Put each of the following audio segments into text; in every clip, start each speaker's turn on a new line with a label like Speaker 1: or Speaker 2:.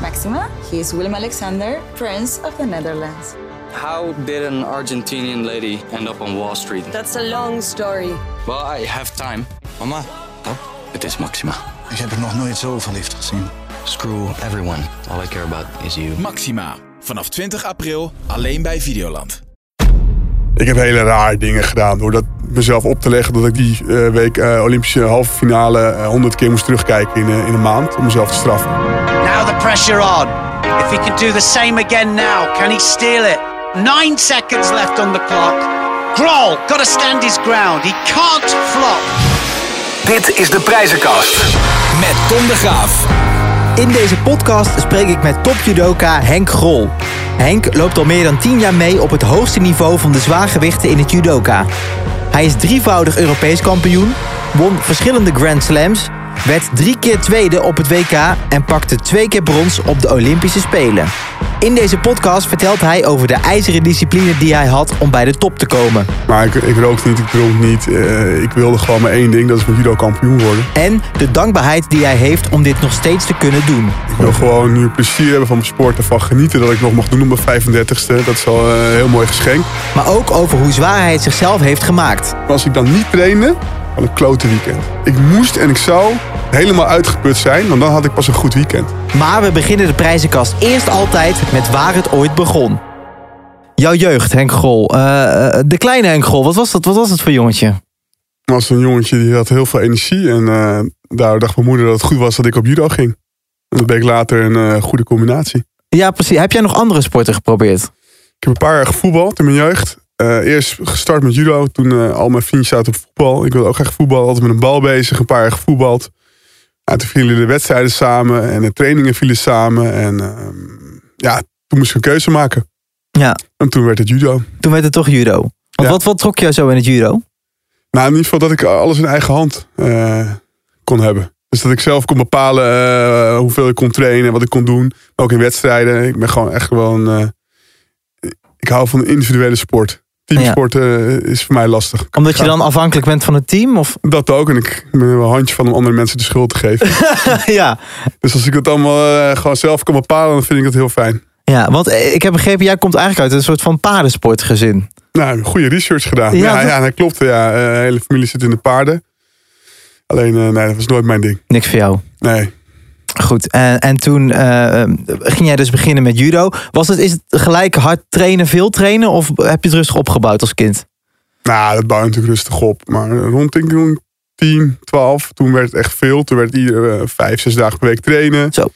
Speaker 1: Maxima. He is Willem Alexander, Prince of the Netherlands.
Speaker 2: How did an Argentinian lady end up on Wall Street?
Speaker 3: That's a long story.
Speaker 2: Well, I have time.
Speaker 4: Mama,
Speaker 2: Het is Maxima.
Speaker 5: Ik heb er nog nooit zo verliefd gezien.
Speaker 2: Screw everyone. All I care about is you.
Speaker 6: Maxima. Vanaf 20 april alleen bij Videoland.
Speaker 7: Ik heb hele rare dingen gedaan door dat mezelf op te leggen dat ik die eh, week eh, Olympische halve finale eh, 100 keer moest terugkijken in, eh, in een maand om mezelf te straffen.
Speaker 8: Now the pressure on. If he can do the same again now, can he steal it? Nine seconds left on the clock. Grohl got to stand his ground. He can't flop.
Speaker 9: Dit is de prijzenkast.
Speaker 6: Met Tom de Graaf.
Speaker 10: In deze podcast spreek ik met topjudoka Henk Grol. Henk loopt al meer dan 10 jaar mee op het hoogste niveau van de zwaargewichten in het judoka. Hij is drievoudig Europees kampioen, won verschillende Grand Slams, werd drie keer tweede op het WK en pakte twee keer brons op de Olympische Spelen. In deze podcast vertelt hij over de ijzeren discipline die hij had om bij de top te komen.
Speaker 7: Maar ik, ik rookte niet, ik dronk niet. eh, ik wilde gewoon maar één ding, dat is met judo kampioen worden.
Speaker 10: En de dankbaarheid die hij heeft om dit nog steeds te kunnen doen.
Speaker 7: Ik wil gewoon nu plezier hebben van mijn sport, ervan genieten dat ik nog mag doen op mijn 35ste. Dat is al eh, een heel mooi geschenk.
Speaker 10: Maar ook over hoe zwaar hij het zichzelf heeft gemaakt.
Speaker 7: Maar als ik dan niet trainde, had ik een klote weekend. Ik moest en ik zou helemaal uitgeput zijn, want dan had ik pas een goed weekend.
Speaker 10: Maar we beginnen de prijzenkast eerst altijd met waar het ooit begon. Jouw jeugd, Henk Grol. Eh, eh, de kleine Henk Grol, wat was dat, wat was dat voor jongetje?
Speaker 7: Maar als een jongetje die had heel veel energie. En eh, daar dacht mijn moeder dat het goed was dat ik op judo ging. En dat bleek later een eh, goede combinatie.
Speaker 10: Ja, precies. Heb jij nog andere sporten geprobeerd?
Speaker 7: Ik heb een paar jaar gevoetbald in mijn jeugd. Eh, eerst gestart met judo, toen eh, al mijn vriendjes zaten op voetbal. Ik wilde ook graag voetbal, altijd met een bal bezig. Een paar jaar gevoetbald. Nou, toen vielen de wedstrijden samen en de trainingen vielen samen. En ehm, ja, toen moest ik een keuze maken.
Speaker 10: Ja,
Speaker 7: En toen werd het judo.
Speaker 10: toen werd het toch judo. Want
Speaker 7: Ja.
Speaker 10: wat, wat trok jou zo in het judo?
Speaker 7: Nou, in ieder geval dat ik alles in eigen hand eh, kon hebben. Dus dat ik zelf kon bepalen eh, hoeveel ik kon trainen, wat ik kon doen. Maar ook in wedstrijden. Ik ben gewoon echt gewoon... eh, ik hou van individuele sport. Teamsport eh, is voor mij lastig.
Speaker 10: Omdat je
Speaker 7: Ja.
Speaker 10: dan afhankelijk bent van het team? Of?
Speaker 7: Dat ook. En ik ben wel een handje van om andere mensen de schuld te geven.
Speaker 10: ja.
Speaker 7: dus als ik dat allemaal eh, gewoon zelf kan bepalen, dan vind ik dat heel fijn.
Speaker 10: ja, want eh, ik heb begrepen, jij komt eigenlijk uit een soort van paardensportgezin.
Speaker 7: Nou, goede research gedaan.
Speaker 10: Ja,
Speaker 7: Ja, ja,
Speaker 10: dat-
Speaker 7: dat klopt. Ja. Eh, de hele familie zit in de paarden. Alleen, eh, nee, dat was nooit mijn ding.
Speaker 10: Niks voor jou.
Speaker 7: Nee.
Speaker 10: Goed, en, en toen eh, eh, ging jij dus beginnen met judo. Was het, is het gelijk hard trainen, veel trainen? Of heb je het rustig opgebouwd als kind?
Speaker 7: Nou, dat bouwde natuurlijk rustig op. Maar rond ik toen 10, 12, toen werd het echt veel. Toen werd het iedere eh, vijf, zes dagen per week trainen.
Speaker 10: Zo.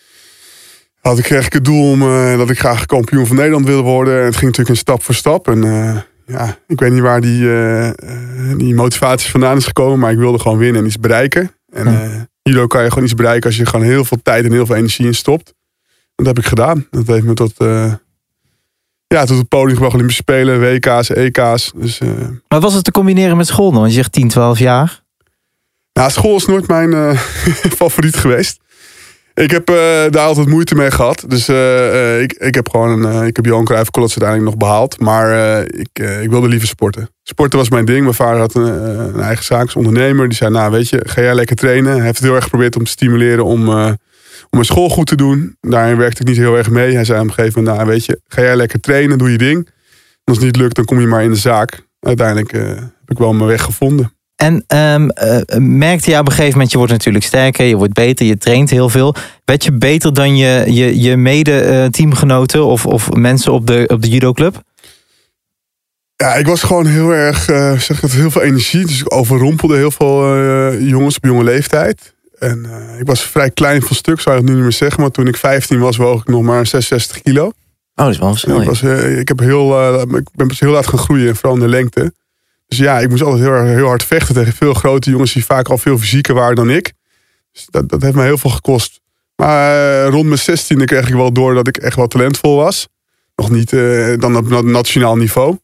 Speaker 7: Had ik kreeg ik het doel om, eh, dat ik graag kampioen van Nederland wilde worden. En het ging natuurlijk een stap voor stap. En eh, ja, ik weet niet waar die, eh, eh, die motivatie vandaan is gekomen. Maar ik wilde gewoon winnen en iets bereiken. En
Speaker 10: Ja.
Speaker 7: eh, judo kan je gewoon iets bereiken als je gewoon heel veel tijd en heel veel energie in stopt. En dat heb ik gedaan. Dat heeft me tot, eh, ja, tot het podium gebracht. Olympische Spelen, WK's, EK's. Dus eh,
Speaker 10: Maar was het te combineren met school dan? Want je zegt 10, 12 jaar.
Speaker 7: Nou, school is nooit mijn eh, favoriet geweest. Ik heb eh, daar altijd moeite mee gehad. Dus eh, eh, ik, ik heb gewoon een, eh, ik heb Johan Cruijff College uiteindelijk nog behaald. Maar eh, ik, eh, ik wilde liever sporten. Sporten was mijn ding. Mijn vader had een, eh, een eigen zaak als ondernemer. Die zei, nou weet je, ga jij lekker trainen. Hij heeft het heel erg geprobeerd om te stimuleren om, eh, om mijn school goed te doen. Daarin werkte ik niet heel erg mee. Hij zei op een gegeven moment, nou weet je, ga jij lekker trainen, doe je ding. En als het niet lukt, dan kom je maar in de zaak. Uiteindelijk eh, heb ik wel mijn weg gevonden.
Speaker 10: En ehm, eh, merkte je op een gegeven moment, je wordt natuurlijk sterker, je wordt beter, je traint heel veel. Werd je beter dan je, je, je mede-teamgenoten of, of mensen op de, op de judoclub?
Speaker 7: Ja, ik was gewoon heel erg, eh, zeg ik dat, heel veel energie. Dus ik overrompelde heel veel eh, jongens op jonge leeftijd. En eh, ik was vrij klein van stuk, zou ik het nu niet meer zeggen. Maar toen ik 15 was, woog ik nog maar 66 kilo.
Speaker 10: Oh, dat is wel een
Speaker 7: En
Speaker 10: verschil.
Speaker 7: ik,
Speaker 10: ja.
Speaker 7: was, eh, ik, heb heel, eh, ik ben pas heel laat gaan groeien, en vooral in de lengte. Dus ja, ik moest altijd heel, erg- heel hard vechten tegen veel grote jongens die vaak al veel fysieker waren dan ik. Dus dat, dat heeft me heel veel gekost. Maar eh, rond mijn 16e kreeg ik wel door dat ik echt wel talentvol was. Nog niet eh, dan op na- nationaal niveau.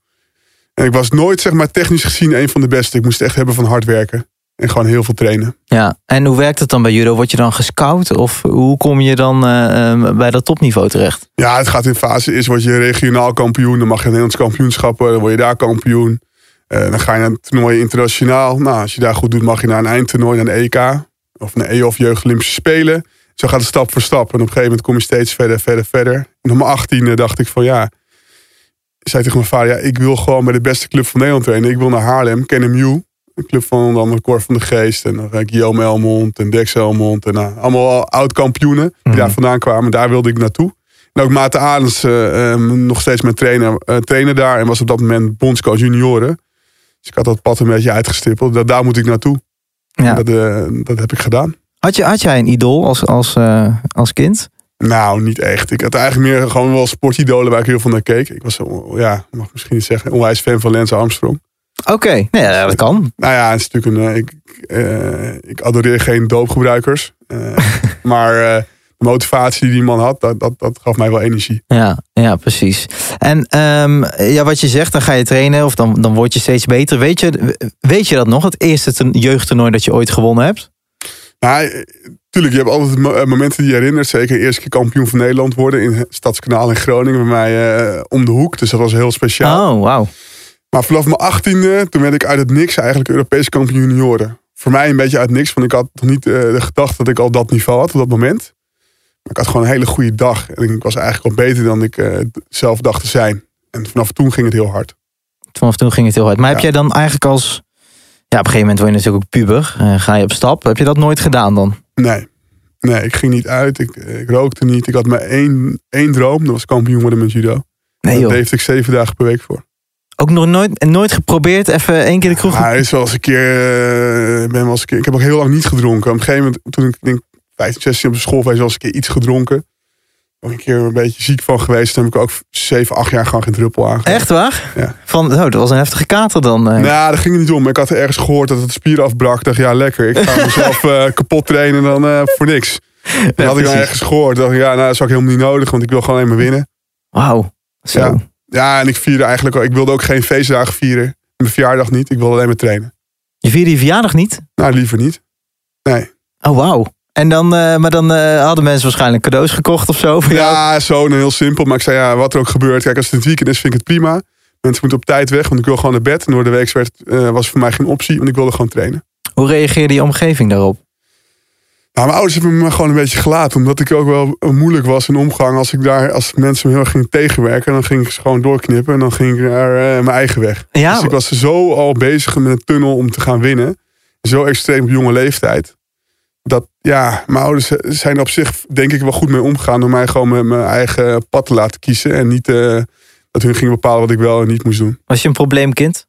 Speaker 7: En ik was nooit, zeg maar, technisch gezien een van de beste. Ik moest echt hebben van hard werken. En gewoon heel veel trainen.
Speaker 10: Ja. En hoe werkt het dan bij judo? Word je dan gescout? Of hoe kom je dan eh, ehm, bij dat topniveau terecht?
Speaker 7: Ja, het gaat in fase. Is word je regionaal kampioen, dan mag je Nederlands kampioenschappen, dan word je daar kampioen. Eh, dan ga je naar een toernooi internationaal. Nou, als je daar goed doet, mag je naar een eindtoernooi, naar de EK of naar de E of Jeugd Olympische Spelen. Zo gaat het stap voor stap. En op een gegeven moment kom je steeds verder, verder, verder. En op mijn achttiende dacht ik van ja... Ik zei tegen mijn vader, ja, ik wil gewoon bij de beste club van Nederland trainen. Ik wil naar Haarlem, KNMU. Een club van onder andere Cor van de Geest. En dan ga ik Guillaume Elmond en Dex Elmond. En nou, allemaal oud-kampioenen die daar vandaan kwamen. Daar wilde Nou, ik naartoe. En ook Maarten Adens, eh, eh, nog steeds mijn trainer, eh, trainer daar. En was op dat moment bondscoach junioren. Dus ik had dat pad een beetje uitgestippeld. Dat, daar moet ik naartoe.
Speaker 10: Ja.
Speaker 7: Dat, eh, dat heb ik gedaan.
Speaker 10: Had, je, had jij een idool als, als, eh, als kind?
Speaker 7: Nou, niet echt. Ik had eigenlijk meer gewoon wel sportidolen waar ik heel veel naar keek. Ik was, eh, ja, mag ik misschien niet zeggen, een onwijs fan van Lance Armstrong.
Speaker 10: Oké, nee, ja, dat kan.
Speaker 7: Nou ja, het is natuurlijk een. eh, Ik, eh, ik adoreer geen doopgebruikers. Eh, maar eh, de motivatie die die man had, dat, dat, dat gaf mij wel energie.
Speaker 10: Ja, ja precies. En ehm, ja, wat je zegt, dan ga je trainen of dan, dan word je steeds beter. Weet je, weet je dat nog? Het eerste toen- jeugdtoernooi dat je ooit gewonnen hebt?
Speaker 7: Maar eh, tuurlijk, je hebt altijd mo- eh, momenten die je herinnert. Zeker de eerste keer kampioen van Nederland worden in Stadskanaal in Groningen bij mij eh, om de hoek. Dus dat was heel speciaal.
Speaker 10: Oh, wauw.
Speaker 7: Maar vanaf mijn achttiende, toen werd ik uit het niks eigenlijk Europees kampioen junioren. Voor mij een beetje uit niks, want ik had nog niet eh, de gedachte dat ik al dat niveau had op dat moment. Maar ik had gewoon een hele goede dag. En ik was eigenlijk al beter dan ik eh, d- zelf dacht te zijn. En vanaf toen ging het heel hard.
Speaker 10: Vanaf toen ging het heel hard. Maar heb
Speaker 7: Ja.
Speaker 10: jij dan eigenlijk als... Ja, op een gegeven moment word je natuurlijk ook puber. eh, ga je op stap. Heb je dat nooit gedaan dan?
Speaker 7: Nee, nee ik ging niet uit. Ik, eh, ik rookte niet. Ik had maar één, één droom. Dat was kampioen worden met judo.
Speaker 10: Nee
Speaker 7: Daar
Speaker 10: joh.
Speaker 7: leefde ik zeven dagen per week voor.
Speaker 10: Ook nog nooit, en nooit geprobeerd even één keer de kroeg...
Speaker 7: Ja, hij is wel eens een keer, eh, ik ben wel eens een keer. Ik heb ook heel lang niet gedronken. Op een gegeven moment, toen ik denk 15, 16 op de school was, was een keer iets gedronken. Ook een keer een beetje ziek van geweest. Toen heb ik ook 7, 8 jaar gewoon geen druppel aan.
Speaker 10: Echt waar?
Speaker 7: Ja.
Speaker 10: Van, oh, dat was een heftige kater dan. eh.
Speaker 7: Nou, daar ging het niet om. Ik had ergens gehoord dat het spier afbrak. Ik dacht, ja, lekker. Ik ga mezelf eh, kapot trainen dan eh, voor niks. Dat had ik dan
Speaker 10: precies.
Speaker 7: ergens gehoord. Dacht ik, ja, nou, dat is ook helemaal niet nodig, want ik wil gewoon alleen maar winnen.
Speaker 10: Wauw. Zo.
Speaker 7: Ja. Ja, en ik vierde eigenlijk ook. Ik wilde ook geen feestdagen vieren. Mijn verjaardag niet. Ik wilde alleen maar trainen.
Speaker 10: Je vierde je verjaardag niet?
Speaker 7: Nou, liever niet.
Speaker 10: Oh, wauw. En dan, eh, maar dan eh, hadden mensen waarschijnlijk cadeaus gekocht of zo. voor jou.
Speaker 7: Ja, zo en heel simpel. Maar ik zei, ja, wat er ook gebeurt. Kijk, als het in het weekend is, vind ik het prima. Mensen moeten op tijd weg, want ik wil gewoon naar bed. En door de week werd, eh, was voor mij geen optie, want ik wilde gewoon trainen.
Speaker 10: Hoe reageerde je omgeving daarop?
Speaker 7: Nou, mijn ouders hebben me gewoon een beetje gelaten. Omdat ik ook wel moeilijk was in omgang. Als, ik daar, als mensen me heel erg gingen tegenwerken, dan ging ik ze gewoon doorknippen. En dan ging ik naar eh, mijn eigen weg.
Speaker 10: Ja,
Speaker 7: Dus ik was zo al bezig met een tunnel om te gaan winnen. Zo extreem op jonge leeftijd. Dat, ja, mijn ouders zijn er op zich denk ik wel goed mee omgegaan. Door mij gewoon met mijn eigen pad te laten kiezen. En niet eh, dat hun gingen bepalen wat ik wel en niet moest doen.
Speaker 10: was je een probleemkind?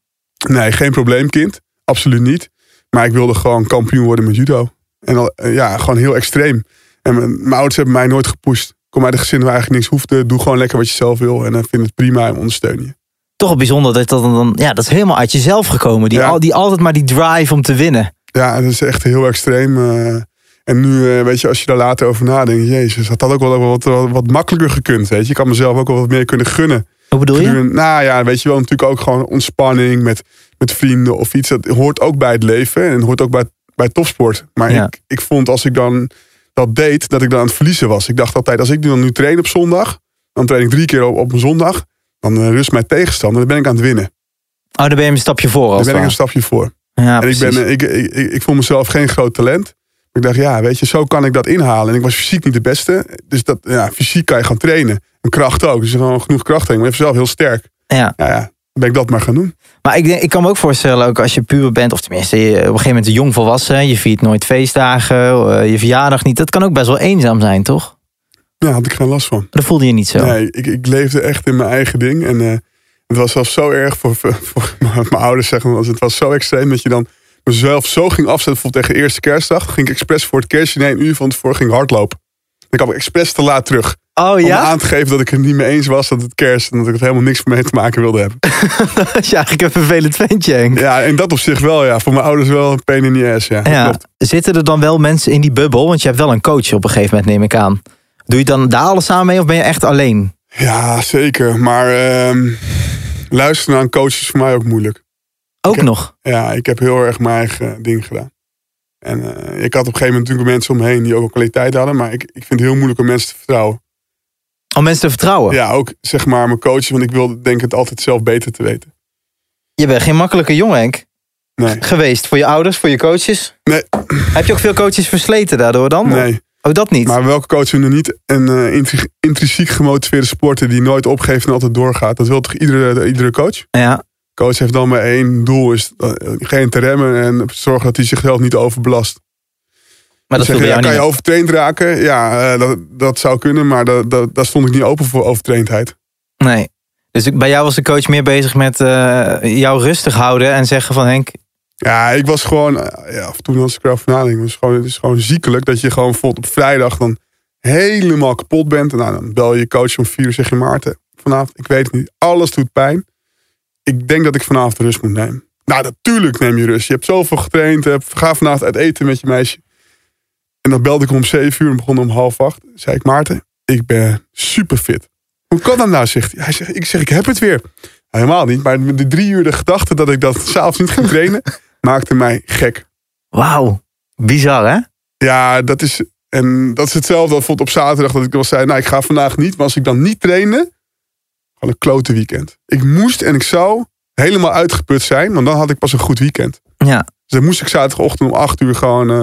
Speaker 7: Nee, geen probleemkind. Absoluut niet. Maar ik wilde gewoon kampioen worden met judo. En al, eh, ja, gewoon heel extreem. En mijn, mijn ouders hebben mij nooit gepusht. Ik kom uit een gezin waar eigenlijk niks hoefde. Doe gewoon lekker wat je zelf wil. En dan vind het prima en ondersteun je.
Speaker 10: Toch wel bijzonder dat dat dan... Ja, dat is helemaal uit jezelf gekomen. Die,
Speaker 7: Ja.
Speaker 10: al, die altijd maar die drive om te winnen.
Speaker 7: Ja, dat is echt heel extreem. eh. en nu, eh, weet je, als je daar later over nadenkt, jezus, had dat ook wel wat, wat, wat makkelijker gekund. Weet je, ik had mezelf ook wel wat meer kunnen gunnen.
Speaker 10: Hoe bedoel je?
Speaker 7: Gedurende- Nou ja, weet je wel, natuurlijk ook gewoon ontspanning met, met vrienden of iets. Dat hoort ook bij het leven en hoort ook bij, bij topsport. Maar
Speaker 10: Ja.
Speaker 7: ik, ik vond als ik dan dat deed, dat ik dan aan het verliezen was. Ik dacht altijd, als ik nu dan nu train op zondag, dan train ik drie keer op, op een zondag, dan eh, rust mijn tegenstander, dan ben ik aan het winnen.
Speaker 10: Oh, daar ben je een stapje voor
Speaker 7: Dan
Speaker 10: als
Speaker 7: ben ik een
Speaker 10: het
Speaker 7: stapje voor.
Speaker 10: ware. Ja,
Speaker 7: En ik,
Speaker 10: precies.
Speaker 7: ben, eh, ik, ik, ik, ik voel mezelf geen groot talent. Ik dacht, ja, weet je, zo kan ik dat inhalen. En ik was fysiek niet de beste. Dus dat, ja, fysiek kan je gaan trainen. En kracht ook. Dus er is gewoon genoeg kracht in. Maar je bent zelf heel sterk.
Speaker 10: Ja.
Speaker 7: Nou Ja, ja, dan ben ik dat maar gaan doen.
Speaker 10: Maar ik, denk, ik kan me ook voorstellen, ook als je puber bent, of tenminste je op een gegeven moment jong volwassen, je viert nooit feestdagen, eh, je verjaardag niet. Dat kan ook best wel eenzaam zijn, toch?
Speaker 7: Ja, had ik geen last van.
Speaker 10: Dat voelde je niet zo.
Speaker 7: Nee, ik, ik leefde echt in mijn eigen ding. En eh, het was zelfs zo erg voor, voor, voor mijn mijn ouders, zeggen. want Het was zo extreem dat je dan mezelf zo ging afzetten. Bijvoorbeeld tegen de eerste kerstdag. Ging ik expres voor het kerstdiner een uur van tevoren ging ik hardlopen. Dan kwam ik expres te laat terug.
Speaker 10: Oh
Speaker 7: Om
Speaker 10: ja?
Speaker 7: aan te geven dat ik het niet mee eens was dat het kerst en dat ik het helemaal niks mee te maken wilde hebben.
Speaker 10: Dat is eigenlijk een vervelend ventje, Henk.
Speaker 7: Ja, en dat op zich wel, ja. Voor mijn ouders wel een pain in the ass, ja.
Speaker 10: Ja.
Speaker 7: Klopt.
Speaker 10: Zitten er dan wel mensen in die bubbel? Want je hebt wel een coach op een gegeven moment, neem ik aan. Doe je dan daar alles aan mee of ben je echt alleen?
Speaker 7: ja zeker. Maar ehm, luisteren naar een coach is voor mij ook moeilijk.
Speaker 10: Ook nog.
Speaker 7: Ja, ik heb heel erg mijn eigen ding gedaan. En eh, ik had op een gegeven moment natuurlijk mensen om me heen die ook al kwaliteit hadden. Maar ik, ik vind het heel moeilijk om mensen te vertrouwen.
Speaker 10: Om mensen te vertrouwen.
Speaker 7: Ja, ook zeg maar mijn coach, want ik wilde denk ik het altijd zelf beter te weten.
Speaker 10: Je bent geen makkelijke jongen, Henk.
Speaker 7: Nee,
Speaker 10: Geweest. Voor je ouders, voor je coaches.
Speaker 7: nee,
Speaker 10: Heb je ook veel coaches versleten daardoor dan?
Speaker 7: nee.
Speaker 10: Oh, dat niet.
Speaker 7: Maar welke coach heeft nu niet een eh, intri- intrinsiek gemotiveerde sporter die nooit opgeeft en altijd doorgaat? Dat wil toch iedere, iedere coach?
Speaker 10: ja.
Speaker 7: Coach heeft dan maar één doel, is eh, geen te remmen en zorgen dat hij zichzelf niet overbelast.
Speaker 10: Maar dat viel bij
Speaker 7: Zeggen, ja,
Speaker 10: jou
Speaker 7: kan
Speaker 10: niet.
Speaker 7: Dus je
Speaker 10: mee.
Speaker 7: overtraind raken? Ja, eh, dat, dat zou kunnen, maar da- da- daar stond ik niet open voor overtraindheid.
Speaker 10: Nee. Dus ik- bij jou was de coach meer bezig met eh, jou rustig houden en zeggen van Henk,
Speaker 7: Ja, ik was gewoon, eh, ja, toen was ik erover nadenken, het is gewoon, het is gewoon ziekelijk dat je gewoon bijvoorbeeld op vrijdag dan helemaal kapot bent. En nou, dan bel je coach om vier uur, zeg je Maarten, vanavond, ik weet het niet, alles doet pijn. Ik denk dat ik vanavond rust moet nemen. Nou, natuurlijk neem je rust. Je hebt zoveel getraind, eh, ga vanavond uit eten met je meisje. En dan belde ik om zeven uur en begon om half acht. Zei ik, Maarten, ik ben super fit. Hoe kan dat nou, zegt hij. hij zegt, ik zeg, ik heb het weer. Nou, helemaal niet, maar de drie uur de gedachte dat ik dat s'avonds niet ging trainen, maakte mij gek.
Speaker 10: wauw, bizar hè?
Speaker 7: Ja, dat is, en dat is hetzelfde als bijvoorbeeld op zaterdag dat ik al zei, nou ik ga vandaag niet, maar als ik dan niet trainde, had een klote weekend. Ik moest en ik zou helemaal uitgeput zijn, want dan had ik pas een goed weekend.
Speaker 10: Ja.
Speaker 7: Dus dan moest ik zaterdagochtend om acht uur gewoon eh,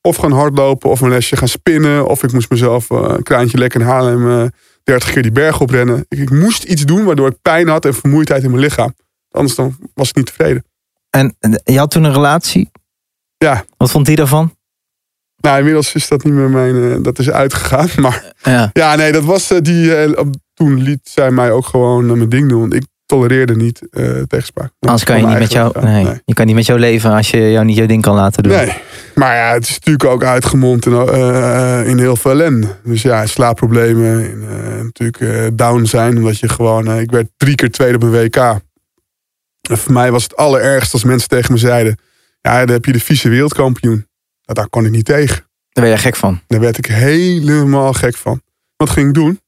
Speaker 7: of gaan hardlopen of een lesje gaan spinnen. Of ik moest mezelf eh, een kraantje lekker in Haarlem eh 30 keer die berg oprennen. Ik, ik moest iets doen waardoor ik pijn had en vermoeidheid in mijn lichaam. Anders dan was ik niet tevreden.
Speaker 10: En eh, je had toen een relatie?
Speaker 7: Ja.
Speaker 10: Wat vond die daarvan?
Speaker 7: Nou, inmiddels is dat niet meer mijn... eh, dat is uitgegaan, maar...
Speaker 10: Ja.
Speaker 7: Ja, nee, dat was eh, die. eh, op- toen liet zij mij ook gewoon eh, mijn ding doen. Want ik tolereerde niet eh tegenspraak. Dat
Speaker 10: Anders kan je
Speaker 7: kwam
Speaker 10: niet met jou,
Speaker 7: eigenlijk aan.
Speaker 10: nee, je kan niet met jou leven als je jou niet je ding kan laten doen.
Speaker 7: nee. Nee. Maar ja, het is natuurlijk ook uitgemond in, eh, in heel veel ellende. Dus ja, slaapproblemen. En, eh, natuurlijk eh, down zijn. Omdat je gewoon. eh, ik werd drie keer tweede op een WK. En voor mij was het allerergst als mensen tegen me zeiden: Ja, dan heb je de vieze wereldkampioen. Nou, daar kon ik niet tegen.
Speaker 10: Daar ben je gek van.
Speaker 7: Daar werd ik helemaal gek van. Wat ging ik doen?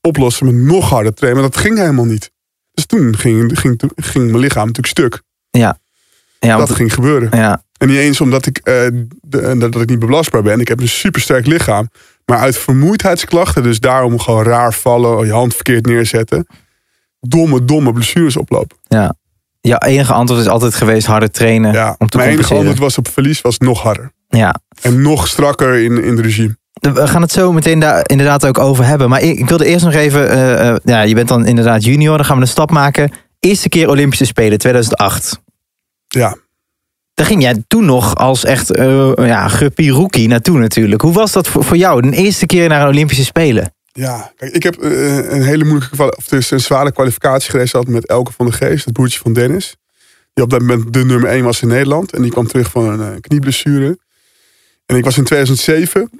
Speaker 7: Oplossen met nog harder trainen. Maar dat ging helemaal niet. Dus toen ging, ging, ging mijn lichaam natuurlijk stuk.
Speaker 10: Ja,
Speaker 7: dat
Speaker 10: want-
Speaker 7: ging gebeuren.
Speaker 10: ja,
Speaker 7: En niet eens omdat ik, eh, de- eh, dat ik niet belastbaar ben. Ik heb een supersterk lichaam. Maar uit vermoeidheidsklachten, dus daarom gewoon raar vallen, je hand verkeerd neerzetten. Domme, domme blessures oplopen.
Speaker 10: ja. Jouw enige antwoord is altijd geweest harder trainen
Speaker 7: Ja.
Speaker 10: om te
Speaker 7: Mijn enige
Speaker 10: compenseren.
Speaker 7: antwoord was op verlies was nog harder.
Speaker 10: Ja.
Speaker 7: En nog strakker in, in het regime.
Speaker 10: We gaan het zo meteen daar inderdaad ook over hebben. Maar ik ik wilde eerst nog even... eh, eh, ja, je bent dan inderdaad junior, dan gaan we een stap maken. Eerste keer Olympische Spelen, 2008.
Speaker 7: Ja.
Speaker 10: Daar ging jij toen nog als echt eh, ja, guppy rookie naartoe natuurlijk. Hoe was dat voor, voor jou, de eerste keer naar een Olympische Spelen?
Speaker 7: Ja, kijk, ik heb eh, een hele moeilijke, kwali- of dus een zware kwalificatie gereden gehad met Elke van de Geest, het broertje van Dennis. Die op dat moment de nummer 1 was in Nederland. En die kwam terug van een eh, knieblessure. En ik was in 2007,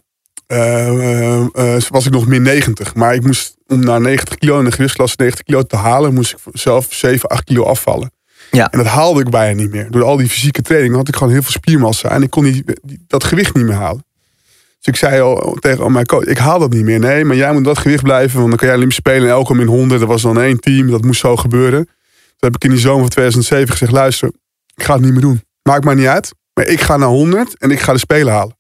Speaker 7: eh, eh, eh, was ik nog min 90. Maar ik moest, om naar 90 kilo in de gewichtsklasse 90 kilo te halen, moest ik zelf 7, 8 kilo afvallen.
Speaker 10: Ja.
Speaker 7: En dat haalde ik bijna niet meer. Door al die fysieke training had ik gewoon heel veel spiermassa. En ik kon die, die- dat gewicht niet meer halen. Dus ik zei al tegen mijn coach, ik haal dat niet meer. Nee, maar jij moet dat gewicht blijven, want dan kan jij Olympisch spelen. En elke min 100, dat was dan één team, dat moest zo gebeuren. Toen heb ik in die zomer van 2007 gezegd, luister, ik ga het niet meer doen. Maakt mij niet uit, maar ik ga naar 100 en ik ga de Spelen halen.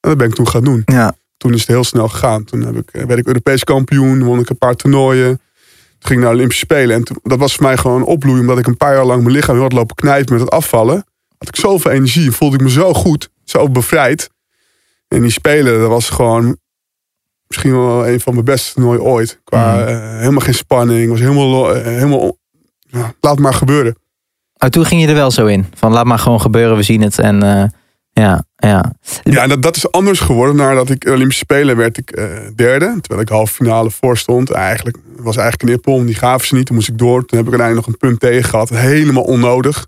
Speaker 7: En dat ben ik toen gaan doen.
Speaker 10: Ja.
Speaker 7: Toen is het heel snel gegaan. Toen heb ik, eh, werd ik Europees kampioen, won ik een paar toernooien. Toen ging ik naar de Olympische Spelen. En toen- dat was voor mij gewoon opbloeien, omdat ik een paar jaar lang mijn lichaam heel hard lopen knijpen met het afvallen. Had ik zoveel energie, voelde ik me zo goed, zo bevrijd. En die Spelen, dat was gewoon misschien wel een van mijn beste toernooien ooit. Qua eh, helemaal geen spanning, was helemaal, lo- eh, helemaal on- ja, laat maar gebeuren.
Speaker 10: Maar toen ging je er wel zo in. Van laat maar gewoon gebeuren, we zien het. En eh, ja, ja.
Speaker 7: Ja, en dat, dat is anders geworden. Nadat ik Olympische Spelen werd ik eh, derde. Terwijl ik halve finale voor stond. Eigenlijk was eigenlijk een ippon. Die gaven ze niet. Toen moest ik door. Toen heb ik uiteindelijk nog een punt tegen gehad. Helemaal onnodig.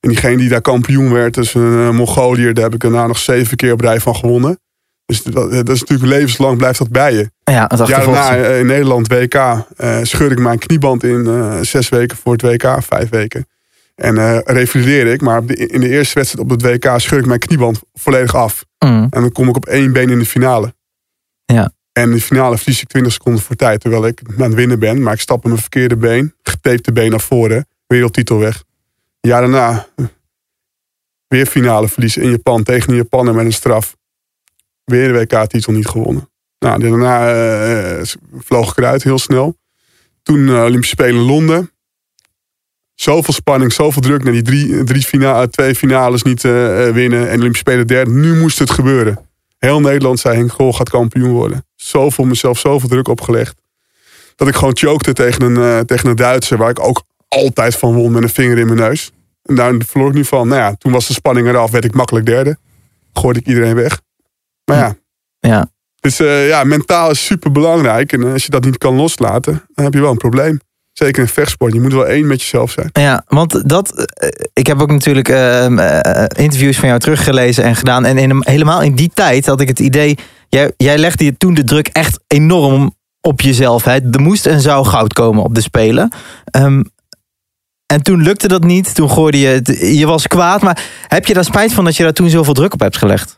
Speaker 7: En diegene die daar kampioen werd, dus een eh, Mongoliër. Daar heb ik daarna nog zeven keer op rij van gewonnen. Dus dat, dat is natuurlijk levenslang blijft dat bij je.
Speaker 10: Ja, het
Speaker 7: Ja,
Speaker 10: achtervolgt.
Speaker 7: daarna eh, in Nederland WK eh scheurde ik mijn knieband in eh, zes weken voor het WK, vijf weken. En eh revalideerde ik, maar op de- in de eerste wedstrijd op het WK scheurde ik mijn knieband volledig af.
Speaker 10: Mm,
Speaker 7: En dan kom ik op één been in de finale.
Speaker 10: Ja.
Speaker 7: En in de finale verlies ik 20 seconden voor tijd, terwijl ik aan het winnen ben. Maar ik stap met mijn verkeerde been, getapte been naar voren, wereldtitel weg. Een jaar daarna, eh, weer finale verliezen in Japan tegen de Japaner met een straf. Weer de WK-titel niet gewonnen. Nou, daarna eh, vloog ik eruit heel snel. Toen eh, Olympische Spelen in Londen. Zoveel spanning, zoveel druk naar die drie, drie fina- twee finales niet eh, eh, winnen. En Olympische Spelen derde. Nu moest het gebeuren. Heel Nederland zei Henk Grol gaat kampioen worden. Zoveel mezelf, zoveel druk opgelegd. Dat ik gewoon chokte tegen een, eh, tegen een Duitser. Waar ik ook altijd van won met een vinger in mijn neus. En daar verloor ik nu van. Nou ja, toen was de spanning eraf. Werd ik makkelijk derde. Gooide ik iedereen weg. Maar ja.
Speaker 10: Ja.
Speaker 7: Dus eh, ja, mentaal is super belangrijk. En eh, als je dat niet kan loslaten, dan heb je wel een probleem. Zeker in vechtsport. Je moet wel één met jezelf zijn.
Speaker 10: Ja, want dat. eh, Ik heb ook natuurlijk ehm, eh, interviews van jou teruggelezen en gedaan. En in, helemaal in die tijd had ik het idee. Jij, jij legde je toen de druk echt enorm op jezelf. Hè? Er moest en zou goud komen op de Spelen. Ehm, en toen lukte dat niet. Toen gooide je. het- Je was kwaad. Maar heb je daar spijt van dat je daar toen zoveel druk op hebt gelegd?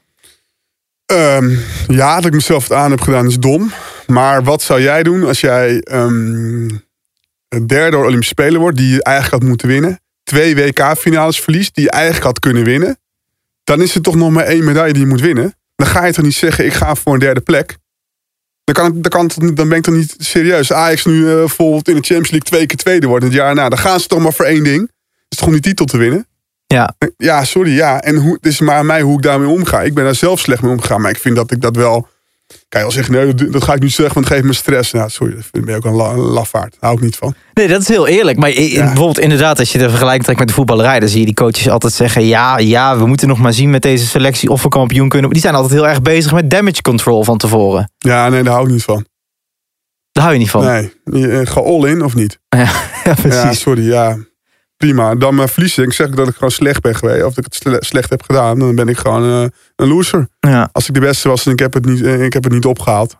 Speaker 7: Ehm, ja, dat ik mezelf het aan heb gedaan is dom. Maar wat zou jij doen als jij ehm een derde door Olympische Spelen wordt... die je eigenlijk had moeten winnen? Twee WK-finales verliest die je eigenlijk had kunnen winnen? Dan is er toch nog maar één medaille die je moet winnen? Dan ga je toch niet zeggen, ik ga voor een derde plek? Dan, kan, het- dan, kan het- dan ben ik toch niet serieus. Ajax nu eh, bijvoorbeeld in de Champions League twee keer tweede wordt het jaar na. Dan gaan ze toch maar voor één ding. Het is toch om die titel te winnen?
Speaker 10: Ja,
Speaker 7: Ja, sorry, ja. En hoe, het is maar aan mij hoe ik daarmee omga. Ik ben daar zelf slecht mee omgegaan. Maar ik vind dat ik dat wel... Kan je wel zeggen, nee, dat- dat ga ik niet zeggen, want het geeft me stress. Nou, sorry, dat vind ik ook een la- lafaard. Daar hou ik niet van.
Speaker 10: Nee, dat is heel eerlijk. Maar i-
Speaker 7: Ja.
Speaker 10: bijvoorbeeld inderdaad, als je de vergelijking trekt met de voetballerij, dan zie je die coaches altijd zeggen: ja, ja, we moeten nog maar zien met deze selectie of we kampioen kunnen. worden." Die zijn altijd heel erg bezig met damage control van tevoren.
Speaker 7: Ja, nee, daar hou ik niet van.
Speaker 10: Daar hou je niet van.
Speaker 7: Nee, je, eh, ga all in of niet?
Speaker 10: Ja, ja,
Speaker 7: Ja,
Speaker 10: precies.
Speaker 7: sorry, ja. Prima. Dan maar verlies ik. Ik zeg dat ik gewoon slecht ben geweest. Of dat ik het sle- slecht heb gedaan. Dan ben ik gewoon eh, een loser.
Speaker 10: Ja.
Speaker 7: Als ik de beste was en ik heb het niet, eh, ik heb het niet opgehaald.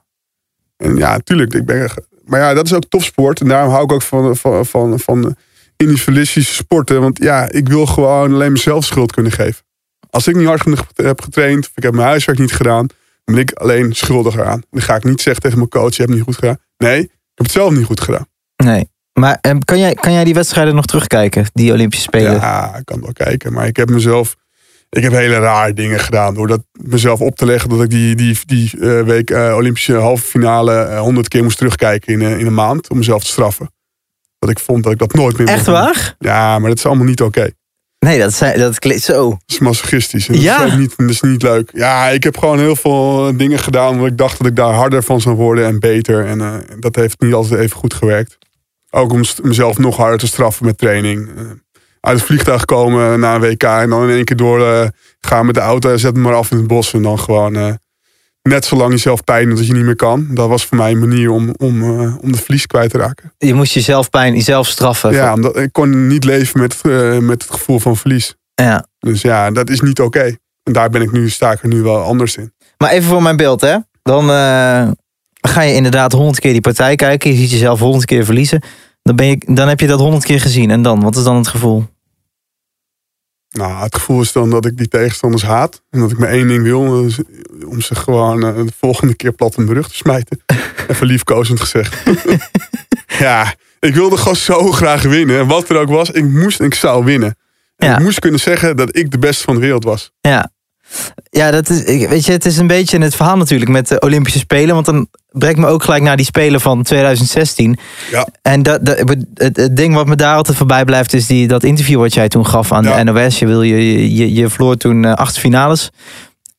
Speaker 7: En ja, tuurlijk. Ik ben, echt- maar ja, dat is ook topsport. En daarom hou ik ook van, van, van, van individualistische sporten. Want ja, ik wil gewoon alleen mezelf schuld kunnen geven. Als ik niet hard genoeg heb getraind. Of ik heb mijn huiswerk niet gedaan. Dan ben ik alleen schuldig eraan. Dan ga ik niet zeggen tegen mijn coach. Je hebt het niet goed gedaan. Nee, ik heb het zelf niet goed gedaan.
Speaker 10: Nee. Maar ehm, kan, jij, kan jij die wedstrijden nog terugkijken, die Olympische Spelen?
Speaker 7: Ja, ik kan wel kijken. Maar ik heb mezelf. Ik heb hele raar dingen gedaan. Door dat mezelf op te leggen dat ik die, die, die eh, week eh, Olympische halve finale eh, honderd keer moest terugkijken in, eh, in een maand. Om mezelf te straffen. Dat ik vond dat ik dat nooit meer
Speaker 10: Echt
Speaker 7: mocht doen.
Speaker 10: waar?
Speaker 7: Ja, maar dat is allemaal niet oké.
Speaker 10: Nee, dat, zei, dat klinkt zo.
Speaker 7: Dat is masochistisch. En dat,
Speaker 10: Ja.
Speaker 7: is ook niet, dat is niet leuk. Ja, ik heb gewoon heel veel eh, dingen gedaan. Omdat ik dacht dat ik daar harder van zou worden en beter. En eh, dat heeft niet altijd even goed gewerkt. Ook om st- mezelf nog harder te straffen met training. Eh, uit het vliegtuig komen na een WK. En dan in één keer door eh, gaan met de auto. Zet hem maar af in het bos. En dan gewoon eh, net zo lang jezelf pijn doet dat je niet meer kan. Dat was voor mij een manier om, om, eh, om de verlies kwijt te raken.
Speaker 10: Je moest jezelf pijn, jezelf straffen.
Speaker 7: Ja, omdat, ik kon niet leven met, eh, met het gevoel van verlies.
Speaker 10: Ja.
Speaker 7: Dus ja, dat is niet oké. En daar ben ik nu, sta ik er nu wel anders in.
Speaker 10: Maar even voor mijn beeld, hè. Dan eh, ga je inderdaad honderd keer die partij kijken. Je ziet jezelf honderd keer verliezen. Dan, ben je, dan heb je dat honderd keer gezien. En dan? Wat is dan het gevoel?
Speaker 7: Nou, het gevoel is dan dat ik die tegenstanders haat. En dat ik maar één ding wil. en dat is Om ze gewoon eh, de volgende keer plat in de rug te smijten. Even liefkozend gezegd. ja, ik wilde gewoon zo graag winnen. En wat er ook was, ik moest en ik zou winnen. En
Speaker 10: Ja.
Speaker 7: ik moest kunnen zeggen dat ik de beste van de wereld was.
Speaker 10: Ja. Ja, dat is, ik- weet je, het is een beetje het verhaal natuurlijk met de Olympische Spelen. Want dan brengt me ook gelijk naar die Spelen van 2016.
Speaker 7: Ja.
Speaker 10: En dat, dat- het, het ding wat me daar altijd voorbij blijft is die, dat interview wat jij toen gaf aan
Speaker 7: Ja.
Speaker 10: de NOS. Je, wil, je, je, je verloor toen eh, acht finales.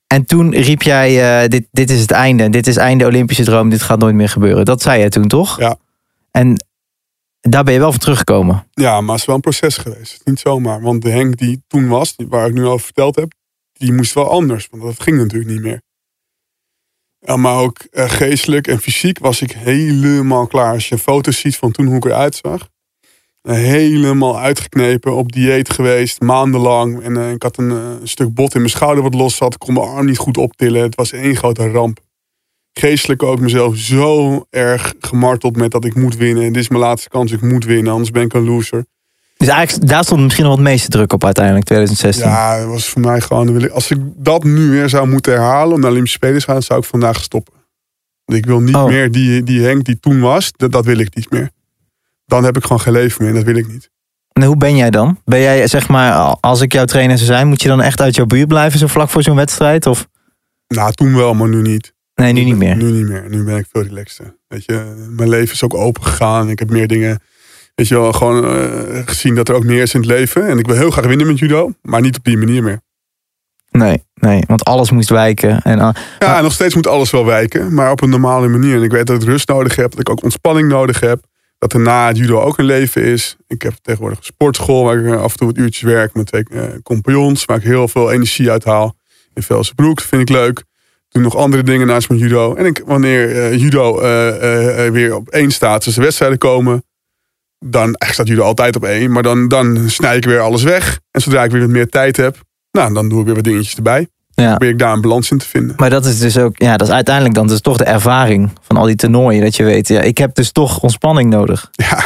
Speaker 10: En toen riep jij, eh, dit, dit is het einde. Dit is einde Olympische droom. Dit gaat nooit meer gebeuren. Dat zei jij toen toch?
Speaker 7: Ja.
Speaker 10: En daar ben je wel van teruggekomen.
Speaker 7: Ja, maar het is wel een proces geweest. Niet zomaar. Want de Henk die toen was, die- waar ik nu over verteld heb, die moest wel anders. Want dat ging natuurlijk niet meer. Ja, maar ook eh, geestelijk en fysiek was ik helemaal klaar. Als je foto's ziet van toen hoe ik eruit zag. eh, Helemaal uitgeknepen, op dieet geweest, maandenlang. En eh, ik had een, eh, een stuk bot in mijn schouder wat los zat. Ik kon mijn arm niet goed optillen. Het was één grote ramp. Geestelijk ook mezelf zo erg gemarteld met dat ik moet winnen. Dit is mijn laatste kans, ik moet winnen, anders ben ik een loser.
Speaker 10: Dus eigenlijk, daar stond misschien nog het meeste druk op uiteindelijk, 2016.
Speaker 7: Ja, dat was voor mij gewoon. dan wil ik- Als ik dat nu weer zou moeten herhalen om naar Olympische Spelen te gaan, zou ik vandaag stoppen. Want ik wil niet
Speaker 10: Oh.
Speaker 7: meer die, die Henk die toen was, dat, dat wil ik niet meer. Dan heb ik gewoon geen leven meer en dat wil ik niet.
Speaker 10: En hoe ben jij dan? Ben jij, zeg maar, als ik jouw trainer zou zijn, moet je dan echt uit jouw buurt blijven zo vlak voor zo'n wedstrijd? Of
Speaker 7: Nou, toen wel, maar nu niet.
Speaker 10: nee, nu niet meer?
Speaker 7: Nu niet meer. Nu ben ik veel relaxter. Weet je, mijn leven is ook open gegaan. Ik heb meer dingen, weet je wel, gewoon eh, gezien dat er ook meer is in het leven. En ik wil heel graag winnen met judo, maar niet op die manier meer.
Speaker 10: Nee, nee, want alles moest wijken. En, ah,
Speaker 7: Ja, en nog steeds moet alles wel wijken, maar op een normale manier. En ik weet dat ik rust nodig heb, dat ik ook ontspanning nodig heb. Dat er na het judo ook een leven is. Ik heb tegenwoordig een sportschool waar ik eh, af en toe wat uurtjes werk met twee eh, compagnons. Waar ik heel veel energie uit haal. In Velsenbroek, dat vind ik leuk. Ik Doe nog andere dingen naast mijn judo. En ik, wanneer eh, judo eh, eh, eh, weer op één staat, dus de wedstrijden komen. Dan, eigenlijk staat judo altijd op één. Maar dan, dan snij ik weer alles weg. En zodra ik weer wat meer tijd heb, nou, dan doe ik weer wat dingetjes erbij.
Speaker 10: ja.
Speaker 7: Probeer ik daar een balans in te vinden.
Speaker 10: Maar dat is dus ook, ja, dat is uiteindelijk dan dus toch de ervaring van al die toernooien. Dat je weet, ja, ik heb dus toch ontspanning nodig.
Speaker 7: Ja.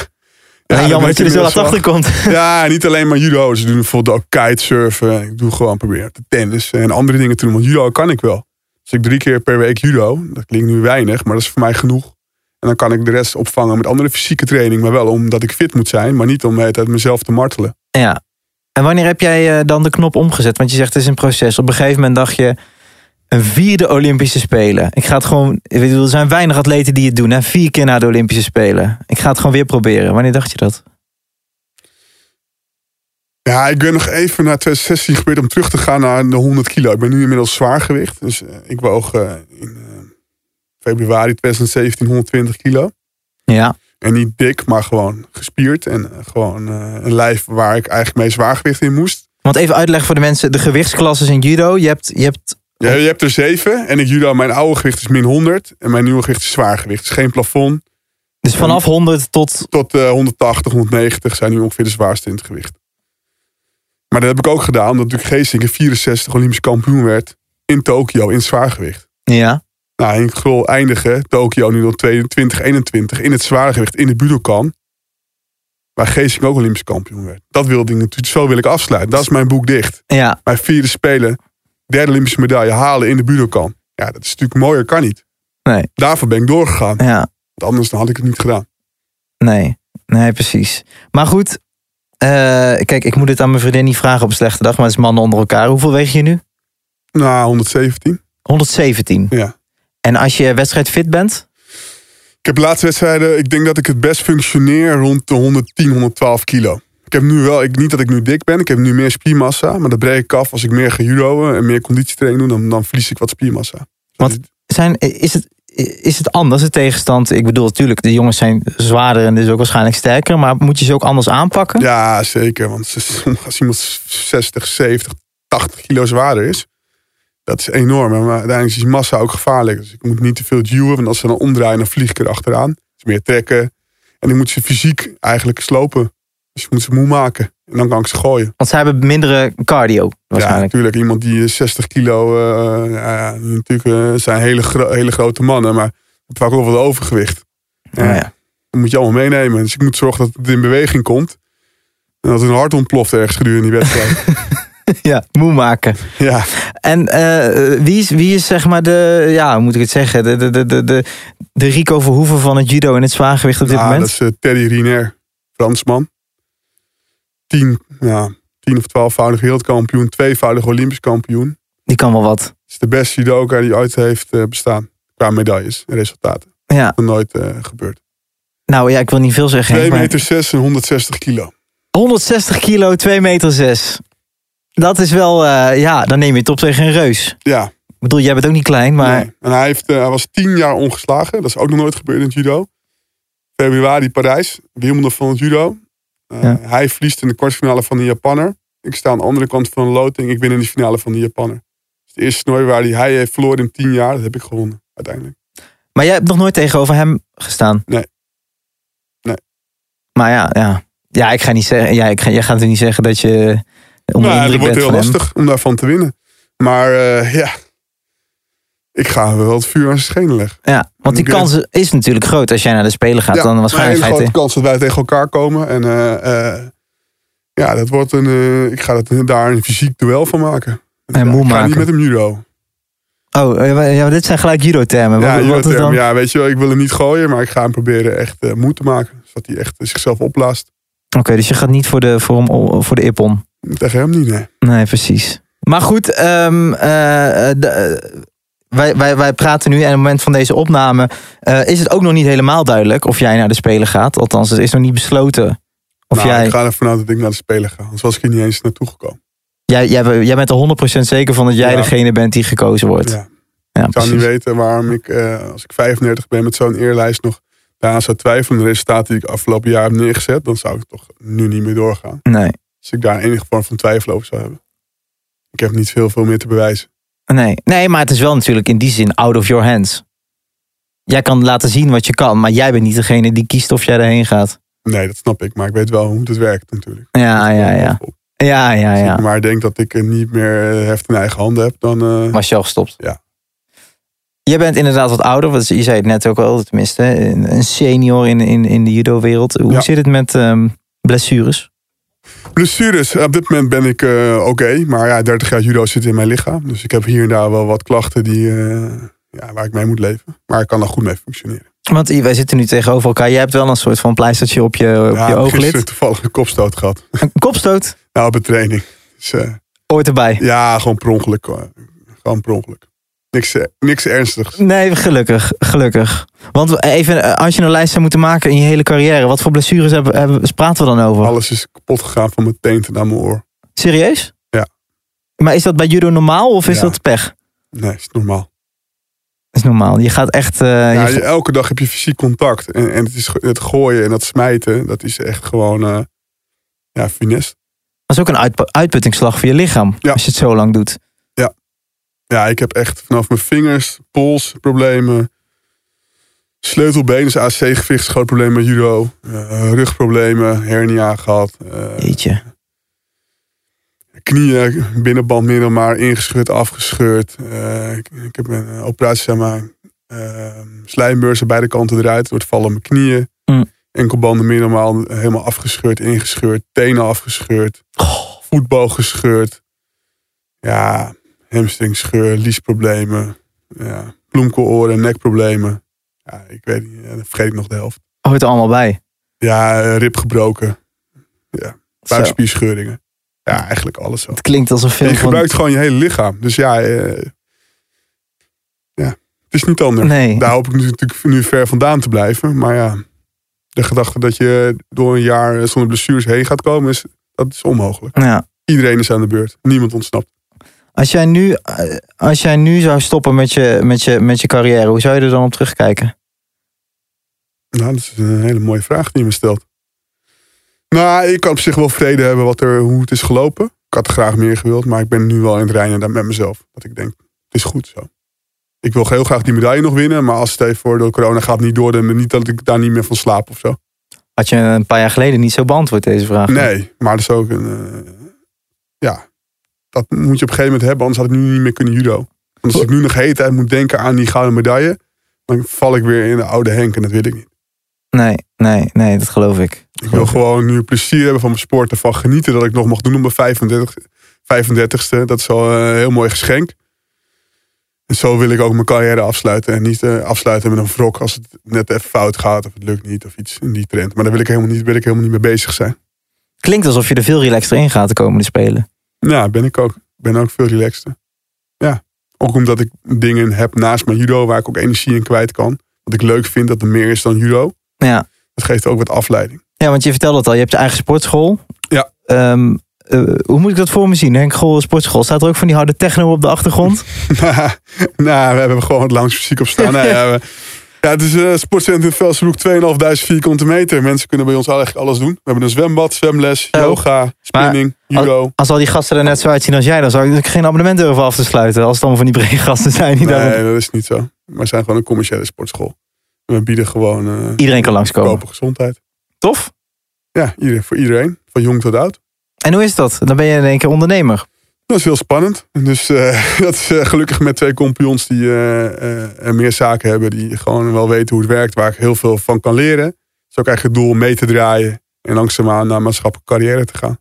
Speaker 10: En
Speaker 7: Ja,
Speaker 10: jammer
Speaker 7: weet
Speaker 10: dat je er zo
Speaker 7: inmiddels
Speaker 10: laat
Speaker 7: wel.
Speaker 10: achter komt.
Speaker 7: Ja, niet alleen maar judo. Ze doen bijvoorbeeld ook kitesurfen. Ik doe gewoon proberen te tennis en andere dingen te doen. Want judo kan ik wel. Dus ik drie keer per week judo. Dat klinkt nu weinig, maar dat is voor mij genoeg. En dan kan ik de rest opvangen met andere fysieke training. Maar wel omdat ik fit moet zijn. Maar niet om de hele tijd mezelf te martelen.
Speaker 10: Ja. En wanneer heb jij eh, dan de knop omgezet? Want je zegt het is een proces. Op een gegeven moment dacht je een vierde Olympische Spelen. Ik ga het gewoon. Ik bedoel, er zijn weinig atleten die het doen. Hè? Vier keer na de Olympische Spelen. Ik ga het gewoon weer proberen. Wanneer dacht je dat?
Speaker 7: Ja, ik ben nog even naar 2016 gebeurd om terug te gaan naar de 100 kilo. Ik ben nu inmiddels zwaargewicht. Dus eh, ik woog eh, in eh, februari 2017 120 kilo.
Speaker 10: Ja.
Speaker 7: En niet dik, maar gewoon gespierd. En eh, gewoon eh, een lijf waar ik eigenlijk mee zwaargewicht in moest.
Speaker 10: Want even uitleggen voor de mensen: de gewichtsklassen in judo. Je hebt, je hebt
Speaker 7: Ja, je hebt er zeven. En ik judo, mijn oude gewicht is min 100. En mijn nieuwe gewicht is zwaargewicht. Dus geen plafond.
Speaker 10: dus vanaf 100 tot.
Speaker 7: Tot eh, 180, 190 zijn nu ongeveer de zwaarste in het gewicht. Maar dat heb ik ook gedaan. Omdat natuurlijk Geesink in 64 Olympisch kampioen werd. In Tokio, in het zwaargewicht.
Speaker 10: Ja.
Speaker 7: Nou, in Grol eindigen Tokio nu dan 22, 21 in het zwaargewicht in de Budokan. Waar Geesink ook Olympisch kampioen werd. Dat wilde ik natuurlijk, zo wil ik afsluiten. Dat is mijn boek dicht.
Speaker 10: Ja.
Speaker 7: Mijn vierde spelen, derde Olympische medaille halen in de Budokan. Ja, dat is natuurlijk mooier, kan niet.
Speaker 10: Nee.
Speaker 7: Daarvoor ben ik doorgegaan.
Speaker 10: Ja.
Speaker 7: Want anders dan had ik het niet gedaan.
Speaker 10: Nee, nee, precies. Maar goed, eh, kijk, ik moet het aan mijn vriendin niet vragen op een slechte dag, maar het is mannen onder elkaar. Hoeveel weeg je nu?
Speaker 7: Na 117.
Speaker 10: 117.
Speaker 7: Ja.
Speaker 10: En als je wedstrijd fit bent?
Speaker 7: Ik heb de laatste wedstrijden, ik denk dat ik het best functioneer rond de 110, 112 kilo. Ik heb nu wel, ik, niet dat ik nu dik ben, ik heb nu meer spiermassa. Maar dat breek ik af als ik meer ga judoën en meer conditietraining doe, dan, dan verlies ik wat spiermassa.
Speaker 10: Want zijn, is, het, is het anders, de tegenstand? Ik bedoel, natuurlijk, de jongens zijn zwaarder en dus ook waarschijnlijk sterker. Maar moet je ze ook anders aanpakken?
Speaker 7: Ja, zeker. Want ze- als iemand 60, 70, 80 kilo zwaarder is, dat is enorm. Maar uiteindelijk is die massa ook gevaarlijk. Dus ik moet niet te veel duwen, want als ze dan omdraaien, dan vlieg ik er achteraan. Dus meer trekken. En ik moet ze fysiek eigenlijk slopen. Dus ik moet ze moe maken. En dan kan ik ze gooien.
Speaker 10: Want zij hebben mindere cardio,
Speaker 7: Ja,
Speaker 10: waarschijnlijk.
Speaker 7: natuurlijk. Iemand die eh, 60 kilo, eh, ja, ja, natuurlijk eh, zijn hele, gro- hele grote mannen, maar vaak ook wel overgewicht.
Speaker 10: Ja, Nou ja.
Speaker 7: Dat moet je allemaal meenemen. Dus ik moet zorgen dat het in beweging komt. En dat een hart ontploft ergens gedurende die wedstrijd.
Speaker 10: Ja, moe maken.
Speaker 7: ja.
Speaker 10: En eh, wie, is, wie is zeg maar de, ja, hoe moet ik het zeggen, de, de, de, de, de, de Rico Verhoeven van het judo en het zwaargewicht op dit
Speaker 7: Ah,
Speaker 10: moment?
Speaker 7: Dat is eh, Teddy Riner, Fransman. Tien, ja, tien of twaalfvoudig wereldkampioen, tweevoudig Olympisch kampioen.
Speaker 10: Die kan wel wat.
Speaker 7: Het is de beste judoka die ooit heeft eh, bestaan. Qua medailles en resultaten.
Speaker 10: Ja,
Speaker 7: Nog nooit eh, gebeurd.
Speaker 10: nou ja, ik wil niet veel zeggen.
Speaker 7: 2
Speaker 10: Henk, maar
Speaker 7: meter 6 en 160 kilo.
Speaker 10: 160 kilo, 2 meter 6. Dat is wel, eh, ja, dan neem je het op tegen een reus.
Speaker 7: Ja,
Speaker 10: Ik bedoel, jij bent ook niet klein, maar
Speaker 7: Nee. En hij, heeft, eh, hij was tien jaar ongeslagen. Dat is ook nog nooit gebeurd in het judo. Februari Parijs, Wimbledon van het judo. Eh,
Speaker 10: Ja.
Speaker 7: Hij verliest in de kwartfinale van de Japanner. Ik sta aan de andere kant van de loting. Ik win in de finale van de Japanner. Dus de eerste toernooi waar hij, hij heeft verloren in tien jaar. Dat heb ik gewonnen, uiteindelijk.
Speaker 10: maar jij hebt nog nooit tegenover hem gestaan.
Speaker 7: Nee. Nee.
Speaker 10: Maar ja, ja. Ja, ik ga niet zeggen, ja, ik ga, jij gaat er niet zeggen dat je onder de
Speaker 7: Nou, dat
Speaker 10: indruk
Speaker 7: wordt
Speaker 10: bent
Speaker 7: heel
Speaker 10: van hem.
Speaker 7: lastig om daarvan te winnen. Maar eh, ja, ik ga hem wel het vuur aan zijn schenen leggen.
Speaker 10: Ja, want die
Speaker 7: Ik-
Speaker 10: kans is natuurlijk groot als jij naar de Spelen gaat. dan
Speaker 7: maar
Speaker 10: waarschijnlijk
Speaker 7: een hele grote kans dat wij tegen elkaar komen. En eh, eh, ja, dat wordt een. eh, ik ga dat, daar een fysiek duel van maken.
Speaker 10: En moe
Speaker 7: ik ga niet
Speaker 10: maken.
Speaker 7: met hem judo.
Speaker 10: Oh, eh, ja, dit zijn gelijk judo-termen.
Speaker 7: Ja,
Speaker 10: Wat- wat, is
Speaker 7: judo-term.
Speaker 10: dan?
Speaker 7: ja, weet je wel, ik wil hem niet gooien, maar ik ga hem proberen echt eh, moe te maken. Zodat hij echt eh, zichzelf opblaast.
Speaker 10: Oké, dus je gaat niet voor de, voor, hem- voor de ippon.
Speaker 7: Tegen hem niet, nee.
Speaker 10: Nee, precies. Maar goed, ehm, eh, eh, de- eh, wij, wij, wij praten nu en op het moment van deze opname eh, is het ook nog niet helemaal duidelijk of jij naar de Spelen gaat. Althans, het is nog niet besloten of
Speaker 7: Nou,
Speaker 10: jij...
Speaker 7: Ik ga ervan uit dat ik naar de Spelen ga. Anders was ik hier niet eens naartoe gekomen.
Speaker 10: Jij, jij, jij bent er 100% zeker van dat jij
Speaker 7: Ja.
Speaker 10: degene bent die gekozen wordt.
Speaker 7: Ja.
Speaker 10: Ja,
Speaker 7: Ik zou niet
Speaker 10: precies.
Speaker 7: weten waarom ik, eh, als ik 35 ben, met zo'n eerlijst nog daaraan zou twijfelen. aan De resultaten die ik afgelopen jaar heb neergezet, dan zou ik toch nu niet meer doorgaan.
Speaker 10: Nee.
Speaker 7: Als Dus ik daar enige vorm van twijfel over zou hebben. Ik heb niet veel, veel meer te bewijzen.
Speaker 10: Nee. nee, maar het is wel natuurlijk in die zin out of your hands. Jij kan laten zien wat je kan, maar jij bent niet degene die kiest of jij erheen gaat.
Speaker 7: Nee, dat snap ik. Maar ik weet wel hoe het werkt natuurlijk.
Speaker 10: Ah, Ja, ja, ja.
Speaker 7: Als
Speaker 10: Ja, ja,
Speaker 7: ik
Speaker 10: ja.
Speaker 7: maar denk dat ik het niet meer eh, heft in eigen handen heb, dan... eh,
Speaker 10: Was je al gestopt?
Speaker 7: Ja.
Speaker 10: Jij bent inderdaad wat ouder, want je zei het net ook al, tenminste, een een senior in, in, in de judo-wereld. Hoe
Speaker 7: Ja.
Speaker 10: zit het met ehm, blessures?
Speaker 7: Blessures. Op dit moment ben ik eh, oké. maar ja, 30 jaar judo zit in mijn lichaam. Dus ik heb hier en daar wel wat klachten die, eh, ja, waar ik mee moet leven. Maar ik kan er goed mee functioneren.
Speaker 10: Want wij zitten nu tegenover elkaar. Jij hebt wel een soort van pleistertje op je, op
Speaker 7: Ja, ik
Speaker 10: je
Speaker 7: heb
Speaker 10: ooglid.
Speaker 7: gisteren toevallig een kopstoot gehad.
Speaker 10: Een kopstoot,
Speaker 7: Nou, op een training. Dus, eh,
Speaker 10: ooit erbij.
Speaker 7: ja, gewoon per ongeluk. eh, gewoon per ongeluk. Niks, eh, niks ernstigs.
Speaker 10: Nee, gelukkig, gelukkig. Want even, eh, als je een lijst zou moeten maken in je hele carrière, wat voor blessures hebben, hebben, praten we dan over?
Speaker 7: Alles is kapot gegaan van mijn teen tot naar mijn oor.
Speaker 10: Serieus?
Speaker 7: Ja.
Speaker 10: Maar is dat bij judo normaal of is
Speaker 7: Ja.
Speaker 10: dat pech?
Speaker 7: Nee, is normaal.
Speaker 10: Dat is normaal. Je gaat echt... eh, je
Speaker 7: Ja,
Speaker 10: gaat-
Speaker 7: je- elke dag heb je fysiek contact. En, en het, is, ge- het gooien en dat smijten, dat is echt gewoon eh ja, funest.
Speaker 10: Dat is ook een uitpu- uitputtingsslag voor je lichaam.
Speaker 7: Ja.
Speaker 10: Als je het zo lang doet.
Speaker 7: Ja, ik heb echt vanaf mijn vingers, pols, problemen. Sleutelbeen is AC-gewicht, is een groot probleem met judo. Eh, rugproblemen, hernia gehad. eh,
Speaker 10: Jeetje.
Speaker 7: knieën, binnenband middelmaar, ingescheurd, afgescheurd. Eh, ik, ik heb een eh, operatie zeg maar. eh, slijmbeurs aan beide kanten eruit, door het vallen op mijn knieën.
Speaker 10: Mm.
Speaker 7: Enkelbanden middelmaal helemaal afgescheurd, ingescheurd. Tenen afgescheurd,
Speaker 10: Goh.
Speaker 7: voetbal gescheurd. Ja, hamstringscheur, liesproblemen. Ja, bloemkooloren, nekproblemen. Ja, ik weet niet, eh, dan vergeet ik nog de helft.
Speaker 10: Hoort er allemaal bij.
Speaker 7: Ja, eh, rib gebroken,
Speaker 10: Zo.
Speaker 7: buikspierscheuringen. Ja, eigenlijk alles wel.
Speaker 10: Het klinkt als een film
Speaker 7: Je
Speaker 10: van...
Speaker 7: gebruikt gewoon je hele lichaam. Dus ja, eh, ja het is niet anders.
Speaker 10: Nee.
Speaker 7: Daar hoop ik nu- natuurlijk nu ver vandaan te blijven. Maar ja, de gedachte dat je door een jaar zonder blessures heen gaat komen, is, dat is onmogelijk.
Speaker 10: Ja.
Speaker 7: Iedereen is aan de beurt. Niemand ontsnapt.
Speaker 10: Als, jij nu, eh, als jij nu zou stoppen met je, met, je, met je carrière, hoe zou je er dan op terugkijken?
Speaker 7: Nou, dat is een hele mooie vraag die je me stelt. Nou, ik kan op zich wel vrede hebben wat er, hoe het is gelopen. Ik had graag meer gewild, maar ik ben nu wel in het reinen daar met mezelf. Dat ik denk, het is goed zo. Ik wil heel graag die medaille nog winnen, maar als het even voor de corona gaat niet door, dan niet dat ik daar niet meer van slaap of zo.
Speaker 10: Had je een paar jaar geleden niet zo beantwoord deze vraag?
Speaker 7: Nee, maar dat is ook een. eh, ja, dat moet je op een gegeven moment hebben, anders had ik nu niet meer kunnen judo. Want als ik nu nog de hele tijd moet denken aan die gouden medaille, dan val ik weer in de oude Henk en dat wil ik niet.
Speaker 10: Nee, nee, nee, dat geloof ik.
Speaker 7: Ik wil gewoon nu plezier hebben van mijn sport. Ervan genieten dat ik nog mag doen op mijn 35, 35ste. Dat is al een heel mooi geschenk. En zo wil ik ook mijn carrière afsluiten. En niet eh, afsluiten met een wrok als het net even fout gaat. Of het lukt niet of iets in die trend. Maar daar wil ik helemaal niet, wil ik helemaal niet mee bezig zijn.
Speaker 10: Klinkt alsof je er veel relaxter in gaat de komende spelen.
Speaker 7: Nou Ja, ben ik ook. Ik ben ook veel relaxter. Ja, ook omdat ik dingen heb naast mijn judo waar ik ook energie in kwijt kan. Wat ik leuk vind dat er meer is dan judo.
Speaker 10: Ja.
Speaker 7: Dat geeft ook wat afleiding.
Speaker 10: ja, want je vertelde het al, je hebt je eigen sportschool.
Speaker 7: Ja.
Speaker 10: Ehm, eh, hoe moet ik dat voor me zien? Henk Grol Sportschool. Staat er ook van die harde techno op de achtergrond?
Speaker 7: nou, we hebben gewoon wat lounge muziek op staan. Nee, ja, we- ja, het is eh sportcentrum Velsenbroek, 2.500 vierkante meter. Mensen kunnen bij ons eigenlijk alles doen. We hebben een zwembad, zwemles,
Speaker 10: Oh.
Speaker 7: yoga, spinning, judo.
Speaker 10: Als al die gasten er net zo uitzien als jij, dan zou ik geen abonnement durven af te sluiten. Als het allemaal van die brede gasten zijn die daar.
Speaker 7: Nee, dat is niet zo. We zijn gewoon een commerciële sportschool. We bieden gewoon eh
Speaker 10: Iedereen kan langskomen.
Speaker 7: goedkope gezondheid.
Speaker 10: Tof.
Speaker 7: Ja, iedereen, voor iedereen, van jong tot oud.
Speaker 10: En hoe is dat? Dan ben je in één keer ondernemer.
Speaker 7: Dat is heel spannend. Dus eh, dat is eh, gelukkig met twee compagnons die eh, eh, meer zaken hebben. Die gewoon wel weten hoe het werkt. Waar ik heel veel van kan leren. Het is ook eigenlijk het doel om mee te draaien. En langzaamaan naar maatschappelijke carrière te gaan.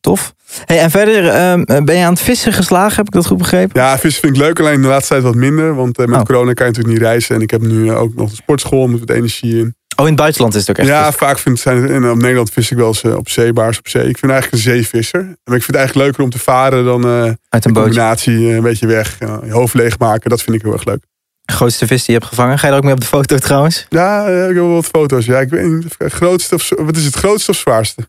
Speaker 10: Tof. Hey, en verder ehm, ben je aan het vissen geslagen, heb ik dat goed begrepen?
Speaker 7: Ja, vissen vind ik leuk. Alleen de laatste tijd wat minder. Want eh, met
Speaker 10: Oh.
Speaker 7: corona kan je natuurlijk niet reizen. En ik heb nu eh, ook nog de sportschool. Moet wat energie in.
Speaker 10: Oh, in het buitenland is het ook echt.
Speaker 7: ja,
Speaker 10: vissen.
Speaker 7: vaak vind, zijn het, en eh, op Nederland vis ik wel eens eh, op zeebaars op zee. Ik vind eigenlijk een zeevisser. Maar ik vind het eigenlijk leuker om te varen dan eh,
Speaker 10: Uit
Speaker 7: de
Speaker 10: een bootje.
Speaker 7: combinatie eh, een beetje weg. eh, je hoofd leegmaken. Dat vind ik heel erg leuk.
Speaker 10: De grootste vis die je hebt gevangen. Ga je er ook mee op de foto trouwens?
Speaker 7: Ja, eh, ik heb wel wat foto's. Ja, ik weet niet. of- Grootste of, z- wat is het grootste of zwaarste?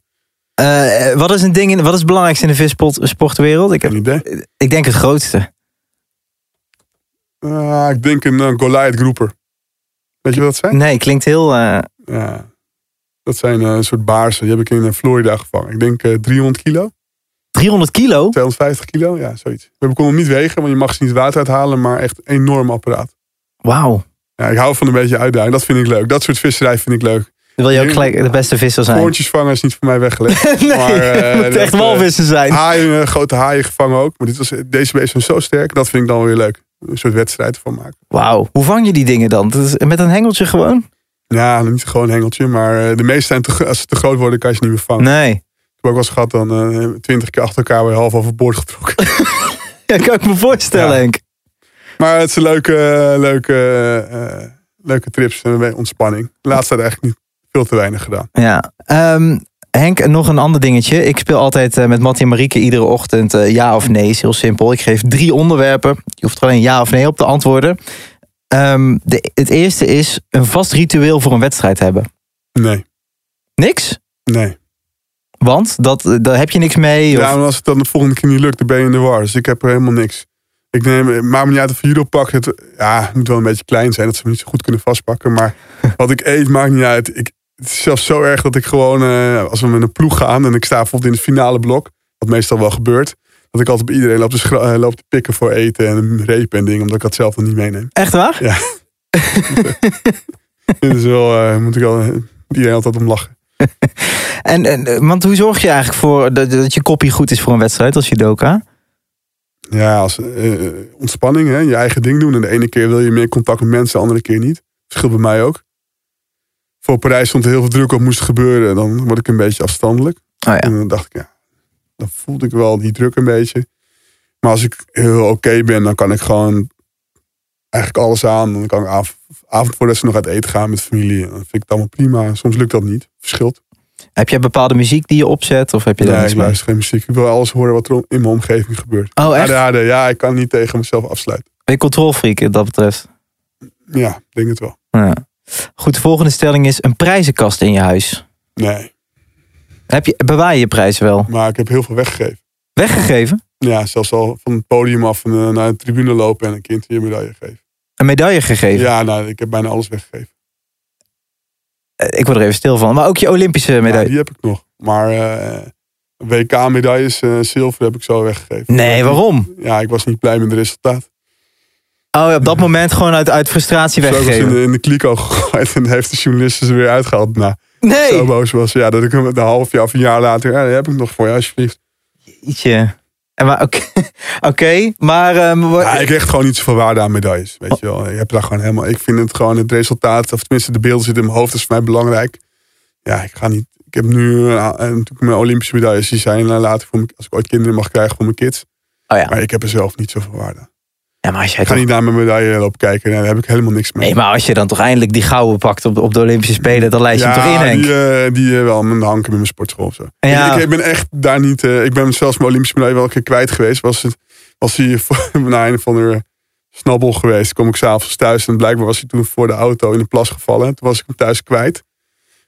Speaker 10: Eh, wat is een ding in, wat is het belangrijkste in de vissport- sportwereld? Ik,
Speaker 7: Geen
Speaker 10: heb,
Speaker 7: idee.
Speaker 10: ik denk het grootste.
Speaker 7: Ah, ik denk een eh, Goliath groeper. Weet je wat dat zijn?
Speaker 10: Nee, klinkt heel. eh,
Speaker 7: Ja. Dat zijn eh, een soort baarsen. Die heb ik in eh, Florida gevangen. Ik denk eh, 300 kilo,
Speaker 10: 300 kilo?
Speaker 7: 250 kilo, ja, zoiets. We konden hem niet wegen, want je mag ze niet het water uithalen, maar echt een enorm apparaat.
Speaker 10: Wauw.
Speaker 7: Ja, ik hou van een beetje uitdaging. Dat vind ik leuk. Dat soort visserij vind ik leuk.
Speaker 10: Dan wil je ook
Speaker 7: Nee.
Speaker 10: gelijk de beste visser zijn.
Speaker 7: Koortjes vangen is niet voor mij weggelegd.
Speaker 10: Nee,
Speaker 7: maar, eh,
Speaker 10: het moet
Speaker 7: dat,
Speaker 10: echt
Speaker 7: eh,
Speaker 10: walvissen zijn.
Speaker 7: Haaien, eh, grote haaien gevangen ook. Maar dit was, deze beesten zijn zo sterk. Dat vind ik dan weer leuk. Een soort wedstrijd van maken.
Speaker 10: Wauw. Hoe vang je die dingen dan? Dat is met een hengeltje gewoon?
Speaker 7: Ja, niet gewoon een hengeltje. Maar eh, de meeste zijn te, gro- als ze te groot worden, kan je ze niet meer vangen.
Speaker 10: Nee.
Speaker 7: Ik heb ook wel eens gehad dan eh, twintig keer achter elkaar weer half overboord getrokken.
Speaker 10: Ja, kan ik me voorstellen,
Speaker 7: Ja.
Speaker 10: Henk.
Speaker 7: maar het zijn leuke, eh, leuke, eh, eh, leuke trips en een beetje ontspanning. Laatst had ik eigenlijk niet veel te weinig gedaan.
Speaker 10: Ja. Ehm, Henk, nog een ander dingetje. Ik speel altijd eh, met Mattie en Marieke iedere ochtend eh, ja of nee. Is heel simpel. Ik geef drie onderwerpen. Je hoeft er alleen ja of nee op te antwoorden. Ehm, de, het eerste is een vast ritueel voor een wedstrijd hebben.
Speaker 7: Nee,
Speaker 10: Niks?
Speaker 7: nee.
Speaker 10: Want dat, eh, daar heb je niks mee. Of...
Speaker 7: Ja, maar als het dan de volgende keer niet lukt, dan ben je in de war. Dus ik heb er helemaal niks. Ik neem, het maakt me niet uit of je judo pakt. Het, ja, het moet wel een beetje klein zijn, dat ze me niet zo goed kunnen vastpakken. Maar wat ik eet, maakt niet uit. Ik, het is zelfs zo erg dat ik gewoon, eh, als we met een ploeg gaan... en ik sta bijvoorbeeld in het finale blok, wat meestal wel gebeurt... dat ik altijd bij iedereen loop te, schra- eh, loop te pikken voor eten en repen en dingen... omdat ik dat zelf dan niet meeneem.
Speaker 10: Echt waar?
Speaker 7: Ja. Dit is wel, eh, moet ik al, iedereen altijd om lachen.
Speaker 10: En, en, eh, want hoe zorg je eigenlijk voor dat, dat je kopie goed is voor een wedstrijd als judoka?
Speaker 7: Ja, als, eh, eh, ontspanning, hè? je eigen ding doen. En de ene keer wil je meer contact met mensen, de andere keer niet. Verschil bij mij ook. Voor Parijs stond er heel veel druk op moest gebeuren. Dan word ik een beetje afstandelijk.
Speaker 10: Oh ja.
Speaker 7: En dan dacht ik, ja, dan voelde ik wel die druk een beetje. Maar als ik heel oké ben, dan kan ik gewoon eigenlijk alles aan. Dan kan ik av avond voordat ze nog uit eten gaan met familie. En Dan vind ik het allemaal prima. Soms lukt dat niet. Verschilt.
Speaker 10: Heb jij bepaalde muziek die je opzet? Of heb je daar
Speaker 7: Nee,
Speaker 10: niks
Speaker 7: ik
Speaker 10: mee?
Speaker 7: luister geen muziek. Ik wil alles horen wat er om- in mijn omgeving gebeurt.
Speaker 10: Oh, echt?
Speaker 7: ADHD, ja, ik kan niet tegen mezelf afsluiten.
Speaker 10: Ben je controlfreak wat dat betreft?
Speaker 7: Ja, ik denk het wel.
Speaker 10: Ja. Goed, de volgende stelling is een prijzenkast in je huis.
Speaker 7: Nee,
Speaker 10: Heb je, bewaar je je prijzen wel?
Speaker 7: maar ik heb heel veel weggegeven.
Speaker 10: Weggegeven?
Speaker 7: Ja, zelfs al van het podium af en, eh, naar de tribune lopen en een kind je medaille geven.
Speaker 10: Een medaille gegeven?
Speaker 7: Ja, nou, ik heb bijna alles weggegeven.
Speaker 10: Eh, Ik word er even stil van. Maar ook je Olympische
Speaker 7: Ja,
Speaker 10: medaille.
Speaker 7: die heb ik nog. Maar eh, WK-medailles, eh, zilver heb ik zo weggegeven.
Speaker 10: Nee, waarom?
Speaker 7: Ja, ik was niet blij met het resultaat.
Speaker 10: Oh, ja, op dat moment gewoon uit, uit frustratie
Speaker 7: Zo was in
Speaker 10: weggegeven.
Speaker 7: de, in de kliko gegooid en heeft de journalist ze er weer uitgehaald. Nou, zo
Speaker 10: Nee!
Speaker 7: boos was. Ja, dat ik hem een half jaar of een jaar later, ja, die heb ik nog voor je alsjeblieft.
Speaker 10: Ietsje. En maar oké, oké, maar... Oh. ehm, wa-
Speaker 7: Ja, ik hecht gewoon niet zoveel waarde aan medailles. Weet je wel. Ik, heb daar gewoon helemaal, ik vind het gewoon het resultaat, of tenminste de beelden zitten in mijn hoofd, dat is voor mij belangrijk. Ja, ik ga niet. Ik heb nu eh, eh, natuurlijk mijn Olympische medailles, die zijn eh, later voor mijn, als ik ooit kinderen mag krijgen voor mijn kids.
Speaker 10: Oh ja.
Speaker 7: Maar ik heb er zelf niet zoveel waarde. aan.
Speaker 10: ja, maar als jij
Speaker 7: Ik ga
Speaker 10: toch-
Speaker 7: niet naar mijn medaille lopen kijken, daar heb ik helemaal niks mee.
Speaker 10: Nee, maar als je dan toch eindelijk die gouden pakt op de, op de Olympische Spelen, dan lijst je hem toch in,
Speaker 7: ja,
Speaker 10: Henk?
Speaker 7: die, eh, die eh, wel mijn hanken met mijn sportschool of zo.
Speaker 10: Ja.
Speaker 7: Ik, ik ben echt daar niet. eh, ik ben zelfs mijn Olympische medaille wel een keer kwijt geweest. Was, het, was hij voor- naar een of andere snabbel geweest. Kom ik s'avonds thuis en blijkbaar was hij toen voor de auto in de plas gevallen. Toen was ik hem thuis kwijt.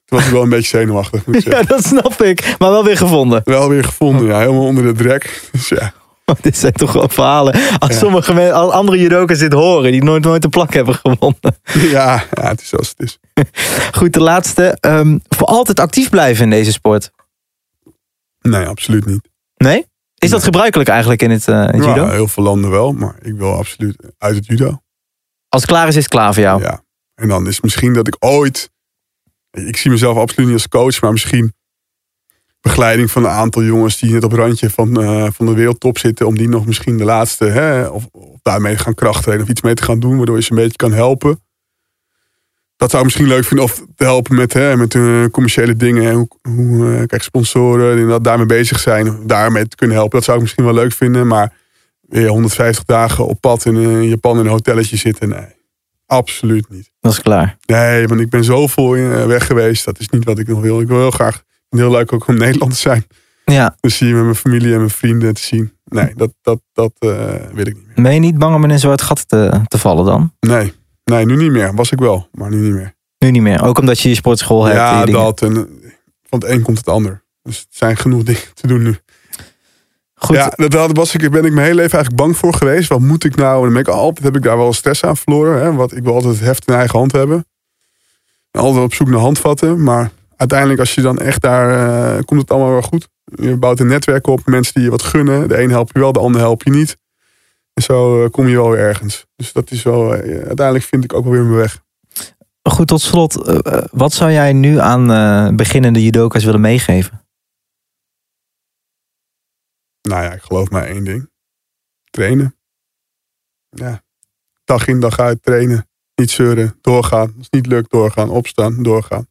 Speaker 7: Toen was ik wel een beetje zenuwachtig. Moet ik
Speaker 10: Ja,
Speaker 7: zeggen.
Speaker 10: dat snap ik. Maar wel weer gevonden.
Speaker 7: Wel weer gevonden, ja, helemaal onder de drek. Dus ja,
Speaker 10: Want dit zijn toch wel verhalen. Als sommige men- als andere judoka's dit horen, die nooit, nooit een plak hebben gewonnen.
Speaker 7: ja, ja, het is zoals het is.
Speaker 10: Goed, de laatste. Ehm, voor altijd actief blijven in deze sport.
Speaker 7: Nee, absoluut niet.
Speaker 10: Nee? Is dat gebruikelijk eigenlijk in het, eh, in het
Speaker 7: Ja,
Speaker 10: judo?
Speaker 7: heel veel landen wel, maar ik wil absoluut uit het judo.
Speaker 10: Als het klaar is, is het klaar voor jou.
Speaker 7: Ja. En dan is het misschien dat ik ooit. Ik zie mezelf absoluut niet als coach, maar misschien begeleiding van een aantal jongens die net op het randje van, eh, van de wereldtop zitten. Om die nog misschien de laatste, hè, of, of daarmee gaan krachttrainen of iets mee te gaan doen. Waardoor je ze een beetje kan helpen. Dat zou ik misschien leuk vinden. Of te helpen met, hè, met hun commerciële dingen. hè, Hoe, hoe eh, kijk, sponsoren en dat daarmee bezig zijn. Daarmee te kunnen helpen. Dat zou ik misschien wel leuk vinden. Maar weer 150 dagen op pad in, eh, Japan in een hotelletje zitten. Nee, absoluut niet.
Speaker 10: Dat is klaar.
Speaker 7: Nee, want ik ben zoveel eh, weg geweest. Dat is niet wat ik nog wil. Ik wil heel graag heel leuk ook om Nederland te zijn.
Speaker 10: Ja.
Speaker 7: Dus zie je met mijn familie en mijn vrienden te zien. Nee, dat, dat, dat eh, wil ik niet meer.
Speaker 10: Ben je niet bang om in een zwart gat te, te vallen dan?
Speaker 7: Nee. nee, nu niet meer. Was ik wel, maar nu niet meer.
Speaker 10: Nu niet meer. Ook omdat je je sportschool hebt. en
Speaker 7: ja,
Speaker 10: je dingen.
Speaker 7: dat. En, eh, van het een komt het ander. Dus het zijn genoeg dingen te doen nu.
Speaker 10: Goed,
Speaker 7: Ja, dat had, was ik, ben ik mijn hele leven eigenlijk bang voor geweest. Wat moet ik nou? En dan ben ik altijd, heb ik daar wel stress aan verloren. Hè? Want ik wil altijd het heft in eigen hand hebben. En altijd op zoek naar handvatten. Maar uiteindelijk als je dan echt daar... eh, komt het allemaal wel goed. Je bouwt een netwerk op. Mensen die je wat gunnen. De een helpt je wel, de ander helpt je niet. En zo eh, kom je wel weer ergens. Dus dat is wel... eh, uiteindelijk vind ik ook wel weer mijn weg.
Speaker 10: goed tot slot. eh, eh, wat zou jij nu aan eh, beginnende judoka's willen meegeven?
Speaker 7: Nou ja, ik geloof maar één ding. Trainen. Ja. Dag in dag uit trainen. Niet zeuren, doorgaan. Als het niet lukt, doorgaan. Opstaan, doorgaan.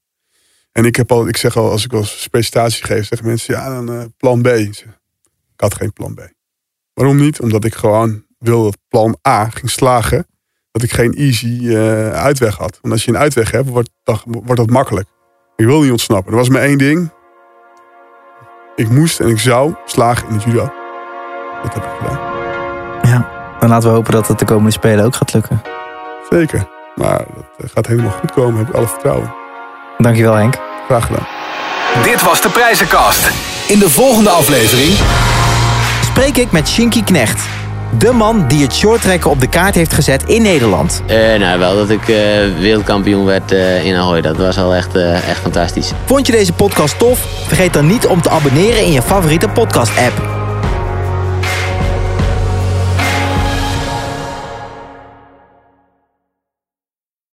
Speaker 7: En ik, heb al, ik zeg al, als ik wel eens presentatie geef, zeggen mensen, ja, dan eh, plan B. Ik zeg, ik had geen plan B. Waarom niet? Omdat ik gewoon wil dat plan A ging slagen. Dat ik geen easy eh, uitweg had. Want als je een uitweg hebt, wordt, dat- wordt dat makkelijk. Ik wil niet ontsnappen. Er was maar één ding. Ik moest en ik zou slagen in het judo. Dat heb ik gedaan.
Speaker 10: Dan laten we hopen dat het de komende Spelen ook gaat lukken.
Speaker 7: Zeker. Maar dat eh, gaat helemaal goed komen. Heb ik alle vertrouwen.
Speaker 10: Dankjewel Henk.
Speaker 7: Graag gedaan.
Speaker 9: Dit was de prijzenkast.
Speaker 6: In de volgende aflevering.
Speaker 10: Spreek ik met Shinky Knecht. De man die het shorttrekken op de kaart heeft gezet in Nederland.
Speaker 3: Eh, nou, wel dat ik eh, wereldkampioen werd eh, in Ahoy. Dat was al echt, eh, echt fantastisch.
Speaker 10: Vond je deze podcast tof? Vergeet dan niet om te abonneren in je favoriete podcast app.